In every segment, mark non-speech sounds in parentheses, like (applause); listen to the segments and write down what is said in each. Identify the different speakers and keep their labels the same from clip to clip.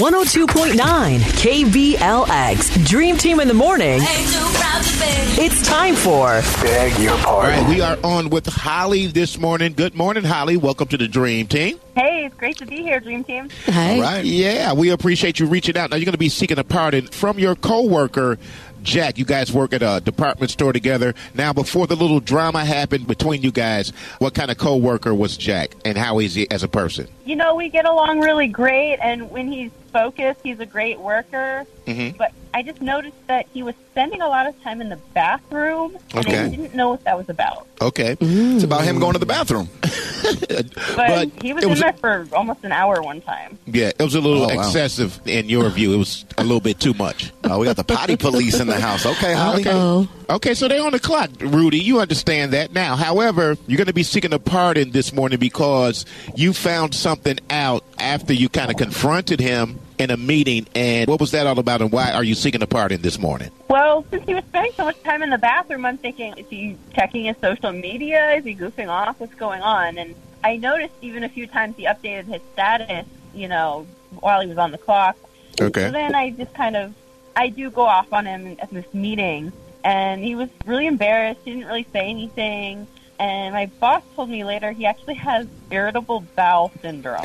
Speaker 1: 102.9 KVLX. Dream Team in the morning. It's time for
Speaker 2: Beg your
Speaker 3: All
Speaker 2: pardon.
Speaker 3: right, we are on with Holly this morning. Good morning, Holly. Welcome to the Dream Team.
Speaker 4: Hey, it's great to be here, Dream Team.
Speaker 3: All right. Yeah, we appreciate you reaching out. Now you're going to be seeking a pardon from your coworker, Jack. You guys work at a department store together. Now, before the little drama happened between you guys, what kind of coworker was Jack, and how is he as a person?
Speaker 4: You know, we get along really great, and when he's focused, he's a great worker.
Speaker 3: Mhm.
Speaker 4: But I just noticed that he was spending a lot of time in the bathroom, and I
Speaker 3: Okay.
Speaker 4: didn't know what that was about.
Speaker 3: Okay,
Speaker 5: It's about him going to the bathroom.
Speaker 4: But,
Speaker 3: But
Speaker 4: he was
Speaker 3: it
Speaker 4: in
Speaker 3: was-
Speaker 4: there for almost an hour one time.
Speaker 3: yeah, it was a little
Speaker 5: Oh, wow.
Speaker 3: excessive in your view. It was a little bit too much.
Speaker 5: (laughs) Oh, we got the potty police in the house. Okay, Holly.
Speaker 3: Okay. Okay, so they're on the clock, Rudy. You understand that now. However, you're going to be seeking a pardon this morning because you found something out after you kind of confronted him in a meeting. And what was that all about? And why are you seeking a pardon this morning?
Speaker 4: Well, since he was spending so much time in the bathroom, I'm thinking, is he checking his social media? Is he goofing off? What's going on? And I noticed even a few times he updated his status, you know, while he was on the clock.
Speaker 3: Okay.
Speaker 4: So then I just kind of, I do go off on him at this meeting, and he was really embarrassed. He didn't really say anything. And my boss told me later he actually has irritable bowel (gasps) syndrome,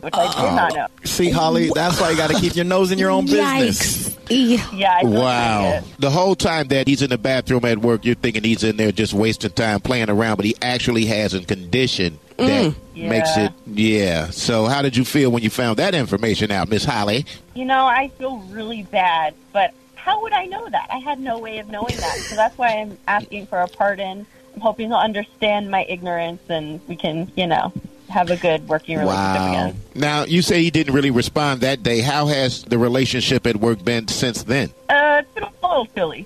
Speaker 4: which I did not know.
Speaker 5: Uh, See, Holly, that's why you got to keep your nose in your own business.
Speaker 4: (laughs) Yeah, I totally
Speaker 3: Wow.
Speaker 4: did.
Speaker 3: The whole time that he's in the bathroom at work, you're thinking he's in there just wasting time playing around, but he actually has a condition that makes
Speaker 4: Mm. Yeah.
Speaker 3: it, yeah. So, how did you feel when you found that information out, Miss Holly?
Speaker 4: You know, I feel really bad, but how would I know that? I had no way of knowing that. So that's why I'm asking for a pardon. I'm hoping he'll understand my ignorance and we can, you know, have a good working relationship again.
Speaker 3: Now, you say he didn't really respond that day. How has the relationship at work been since then?
Speaker 4: Uh, it's been a little silly.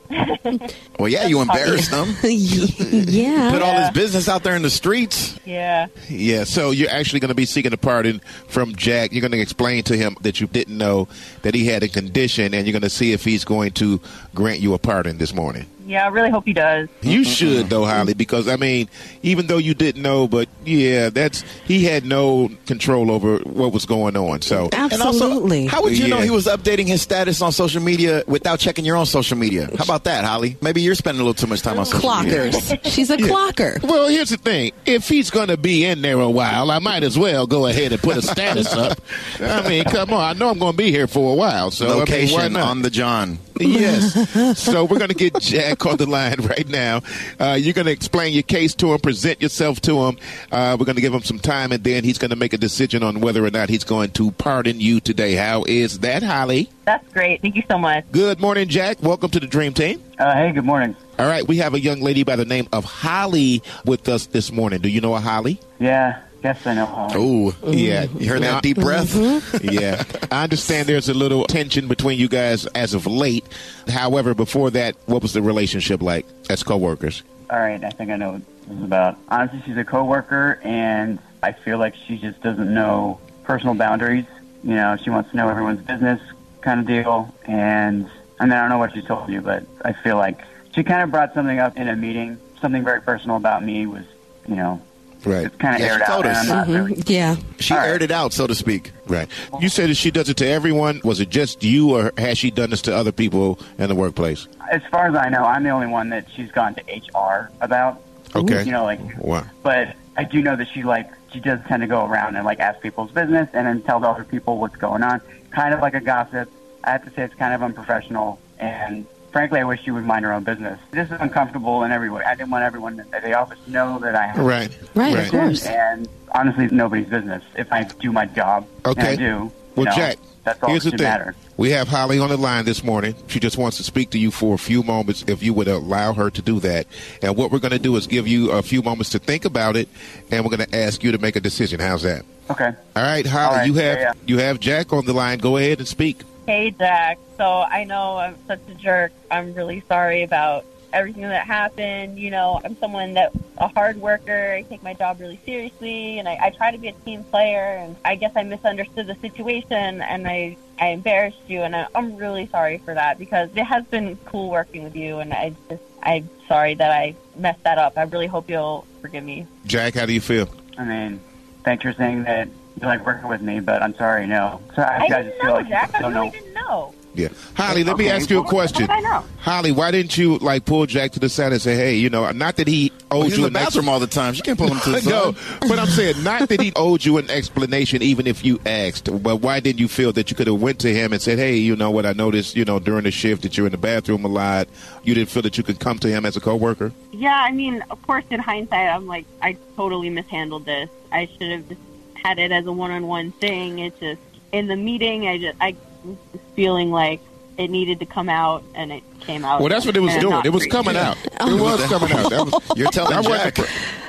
Speaker 5: Well, yeah, you embarrassed him.
Speaker 3: (laughs)
Speaker 6: yeah.
Speaker 5: Put all his business out there in the streets.
Speaker 4: (laughs) yeah.
Speaker 3: Yeah, so you're actually going to be seeking a pardon from Jack. You're going to explain to him that you didn't know that he had a condition, and you're going to see if he's going to grant you a pardon this morning.
Speaker 4: Yeah, I really hope he does.
Speaker 3: You should though, Holly, because I mean, even though you didn't know, but yeah, that's he had no control over what was going on. So
Speaker 5: And also,
Speaker 6: Absolutely.
Speaker 5: how would you know
Speaker 3: Yeah.
Speaker 5: he was updating his status on social media without checking your own social media? How about that, Holly? Maybe you're spending a little too much time on social media. (laughs)
Speaker 6: Clockers. She's a clocker.
Speaker 3: Well, here's the thing. If he's going to be in there a while, I might as well go ahead and put a status up.
Speaker 5: (laughs)
Speaker 3: I mean, come on. I know I'm going to be here for a while. So, I mean,
Speaker 5: Location
Speaker 3: why not?
Speaker 5: on the John.
Speaker 3: Yes. so we're going to get Jack on the line right now. Uh, you're going to explain your case to him, present yourself to him. Uh, we're going to give him some time, and then he's going to make a decision on whether or not he's going to pardon you today. How is that, Holly?
Speaker 4: That's great. Thank you so much.
Speaker 3: Good morning, Jack. Welcome to the Dream Team.
Speaker 2: Uh, hey, good morning.
Speaker 3: All right, we have a young lady by the name of Holly with us this morning. Do you know a Holly?
Speaker 2: Yeah, guess I know how.
Speaker 5: Oh,
Speaker 3: Yeah.
Speaker 5: you heard
Speaker 3: Now-
Speaker 5: that deep breath?
Speaker 4: mm-hmm.
Speaker 3: yeah. (laughs) I understand there's a little tension between you guys as of late. However, before that, what was the relationship like as coworkers?
Speaker 2: All right, I think I know what this is about. Honestly, she's a coworker, and I feel like she just doesn't know personal boundaries. You know, she wants to know everyone's business kind of deal. And I mean, I don't know what she told you, but I feel like she kind of brought something up in a meeting. Something very personal about me was, you know,
Speaker 3: Right.
Speaker 2: it's kind of
Speaker 5: Yeah, she
Speaker 2: aired out.
Speaker 5: told
Speaker 2: And
Speaker 5: us.
Speaker 2: I'm not really
Speaker 6: Yeah.
Speaker 5: She
Speaker 2: All right.
Speaker 5: aired it out, so to speak.
Speaker 3: Right. You said that she does it to everyone. Was it just you, or has she done this to other people in the workplace?
Speaker 2: As far as I know, I'm the only one that she's gone to HR about.
Speaker 3: Okay.
Speaker 2: You know, like,
Speaker 3: Wow.
Speaker 2: but I do know that she like she does tend to go around and like ask people's business and then tell the other people what's going on, kind of like a gossip. I have to say it's kind of unprofessional, and frankly, I wish she would mind her own business. This is uncomfortable in every way. I didn't want everyone at the office to know that I have
Speaker 3: Right.
Speaker 6: Right, of course.
Speaker 2: and honestly, it's nobody's business. If I do my job, and
Speaker 3: Okay.
Speaker 2: I do. you
Speaker 3: Well,
Speaker 2: know,
Speaker 3: Jack,
Speaker 2: that's all
Speaker 3: here's
Speaker 2: that
Speaker 3: the
Speaker 2: should
Speaker 3: thing.
Speaker 2: matter.
Speaker 3: We have Holly on the line this morning. She just wants to speak to you for a few moments, if you would allow her to do that. And what we're going to do is give you a few moments to think about it, and we're going to ask you to make a decision. How's that?
Speaker 2: Okay.
Speaker 3: All right, Holly,
Speaker 2: All right,
Speaker 3: you have
Speaker 2: yeah, yeah.
Speaker 3: you have Jack on the line. Go ahead and speak.
Speaker 4: Hey, Jack. So I know I'm such a jerk. I'm really sorry about everything that happened. You know, I'm someone that a hard worker. I take my job really seriously, and I, I try to be a team player. And I guess I misunderstood the situation, and I I embarrassed you, and I, I'm really sorry for that because it has been cool working with you, and I just I'm sorry that I messed that up. I really hope you'll forgive me.
Speaker 3: Jack, how do you feel?
Speaker 2: I mean, thanks for saying that you like working with me, but I'm sorry, no. So I,
Speaker 4: I
Speaker 2: I
Speaker 4: didn't
Speaker 2: just feel
Speaker 4: know,
Speaker 2: like you
Speaker 4: Jack. I
Speaker 2: just don't
Speaker 4: really
Speaker 2: know.
Speaker 4: didn't know.
Speaker 3: Yeah. Holly, let me
Speaker 2: Okay,
Speaker 3: ask you a
Speaker 2: well, what
Speaker 3: question.
Speaker 4: I know.
Speaker 3: Holly, why didn't you like pull Jack to the side and say, "Hey, you know, not that he owed
Speaker 5: He's
Speaker 3: you
Speaker 5: in the
Speaker 3: an ex- (laughs)
Speaker 5: bathroom all the time. She can't pull him to the side.
Speaker 3: no, but I'm saying not that he owed you an explanation, even if you asked. But why didn't you feel that you could have went to him and said, "Hey, you know what? I noticed, you know, during the shift that you're in the bathroom a lot. You didn't feel that you could come to him as a coworker."
Speaker 4: Yeah, I mean, of course, in hindsight, I'm like, I totally mishandled this. I should have just had it as a one-on-one thing. It's just in the meeting, I just I was just feeling like it needed to come out, and it came out.
Speaker 3: Well, that's what it was
Speaker 4: And
Speaker 3: doing.
Speaker 4: not
Speaker 3: It was
Speaker 4: great.
Speaker 3: coming out. (laughs) It was coming out. That (laughs) was,
Speaker 5: You're telling
Speaker 3: that, wasn't
Speaker 5: Jack.
Speaker 3: the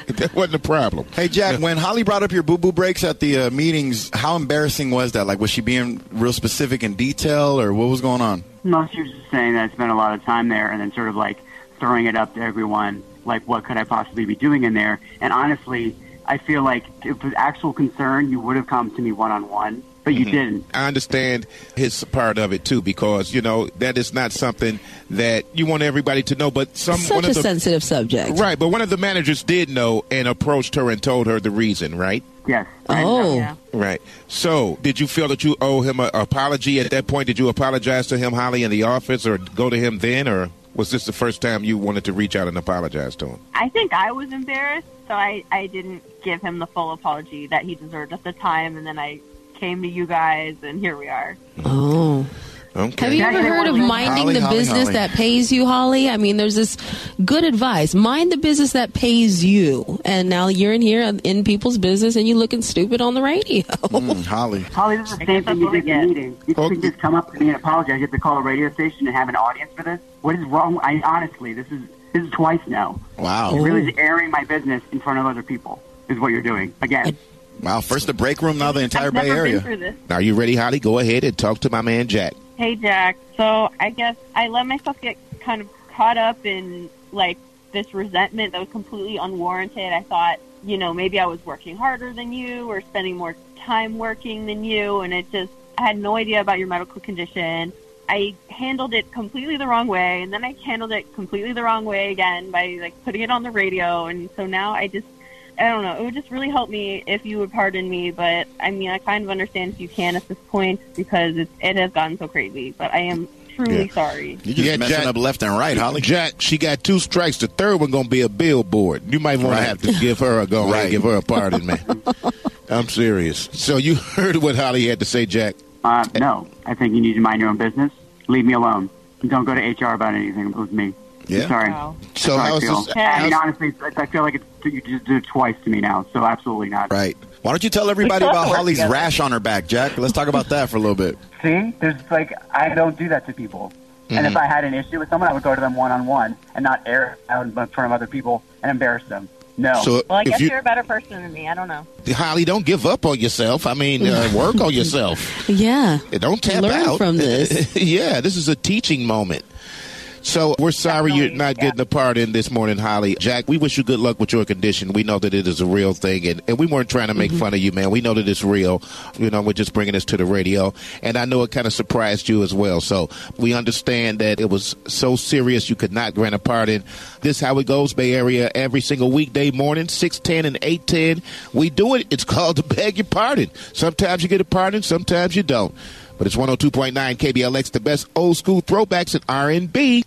Speaker 3: pro- that wasn't the problem.
Speaker 5: Hey Jack, when Holly brought up your boo boo breaks at the uh, meetings, how embarrassing was that? Like, was she being real specific in detail, or what was going on?
Speaker 2: No, she was just saying that I spent a lot of time there and then sort of like throwing it up to everyone, like what could I possibly be doing in there? And honestly, I feel like if it was actual concern, you would have come to me one on one, but you didn't.
Speaker 3: I understand his part of it too, because you know that is not something that you want everybody to know. But some
Speaker 6: Such
Speaker 3: one of
Speaker 6: a
Speaker 3: the
Speaker 6: sensitive subject.
Speaker 3: right, but one of the managers did know and approached her and told her the reason. Right,
Speaker 2: Yes.
Speaker 6: Oh,
Speaker 4: Yeah.
Speaker 3: right. So, did you feel that you owe him an apology at that point? Did you apologize to him, Holly, in the office, or go to him then, or was this the first time you wanted to reach out and apologize to him?
Speaker 4: I think I was embarrassed, so I, I didn't give him the full apology that he deserved at the time, and then I came to you guys, and here we are.
Speaker 6: oh.
Speaker 3: Okay.
Speaker 6: Have you ever heard of minding
Speaker 5: Holly,
Speaker 6: the
Speaker 5: Holly,
Speaker 6: business
Speaker 5: Holly.
Speaker 6: that pays you, Holly? I mean, there's this good advice: mind the business that pays you. And now you're in here in people's business, and you looking stupid on the radio.
Speaker 5: Mm, Holly,
Speaker 2: Holly, this is the same
Speaker 4: guess
Speaker 2: thing you
Speaker 4: that's
Speaker 2: did
Speaker 4: what
Speaker 2: in
Speaker 4: I
Speaker 2: the meeting. You
Speaker 3: Okay.
Speaker 2: couldn't just come up to me and apologize. You have to call a radio station and have an audience for this. What is wrong? I honestly, this is this is twice now.
Speaker 5: wow,
Speaker 2: Really, just airing my business in front of other people is what you're doing again.
Speaker 5: wow! First the break room, now the entire
Speaker 4: I've
Speaker 5: Bay
Speaker 4: never
Speaker 5: Area.
Speaker 4: Been through this.
Speaker 3: Are you ready, Holly? Go ahead and talk to my man Jack.
Speaker 4: Hey, Jack. So I guess I let myself get kind of caught up in like this resentment that was completely unwarranted. I thought, you know, maybe I was working harder than you or spending more time working than you. And it just, I had no idea about your medical condition. I handled it completely the wrong way. And then I handled it completely the wrong way again by like putting it on the radio. And so now I just, I don't know. It would just really help me if you would pardon me, but I mean, I kind of understand if you can at this point because it's, it has gotten so crazy. But I am truly sorry.
Speaker 5: You're just
Speaker 3: Yeah,
Speaker 5: messing
Speaker 3: Jack-
Speaker 5: up left and right, Holly.
Speaker 3: Jack, she got two strikes. The third one gonna be a billboard. You might want
Speaker 5: Right.
Speaker 3: to have to give her a go
Speaker 5: Right.
Speaker 3: and give her a pardon, man. I'm serious. So you (laughs) heard what Holly had to say, Jack.
Speaker 2: Uh, no, I think you need to mind your own business. Leave me alone. Don't go to HR about anything. It was me.
Speaker 5: Yeah.
Speaker 2: I'm sorry.
Speaker 4: Wow.
Speaker 3: So
Speaker 2: That's how I
Speaker 3: how's
Speaker 2: feel.
Speaker 3: this?
Speaker 4: Yeah.
Speaker 2: I mean,
Speaker 3: how's-
Speaker 2: honestly, it's- I feel like it's, you just did it twice to me now, so absolutely not.
Speaker 5: Right. Why don't you tell everybody
Speaker 4: We still
Speaker 5: about
Speaker 4: have to work
Speaker 5: Holly's
Speaker 4: together.
Speaker 5: rash on her back, Jack? Let's talk about that for a little bit.
Speaker 2: See, there's like I don't do that to people. And if I had an issue with someone, I would go to them one on one and not air it out in front of other people and embarrass them. No.
Speaker 3: so
Speaker 4: Oh, Well, I
Speaker 3: if
Speaker 4: guess
Speaker 3: you,
Speaker 4: you, are a better person than me. I don't know.
Speaker 3: (laughs) Holly, don't give up on yourself. I mean, uh, work
Speaker 6: (laughs)
Speaker 3: on yourself.
Speaker 6: (laughs) yeah.
Speaker 3: Don't tap
Speaker 6: Learn
Speaker 3: out (laughs)
Speaker 6: from this.
Speaker 3: yeah, this is a teaching moment. So we're sorry you're
Speaker 4: Definitely,
Speaker 3: not
Speaker 4: yeah.
Speaker 3: getting a part in this morning, Holly. Jack, we wish you good luck with your condition. We know that it is a real thing, and, and we weren't trying to make fun of you, man. We know that it's real. You know, we're just bringing this to the radio, and I know it kind of surprised you as well. So we understand that it was so serious you could not grant a pardon. This how it goes, Bay Area, every single weekday morning, six ten and eight ten. We do it. It's (laughs) called to beg your pardon. Sometimes you get a pardon, oh sometimes you don't. But it's 102.9 KBLX, the best old school throwbacks in R&B.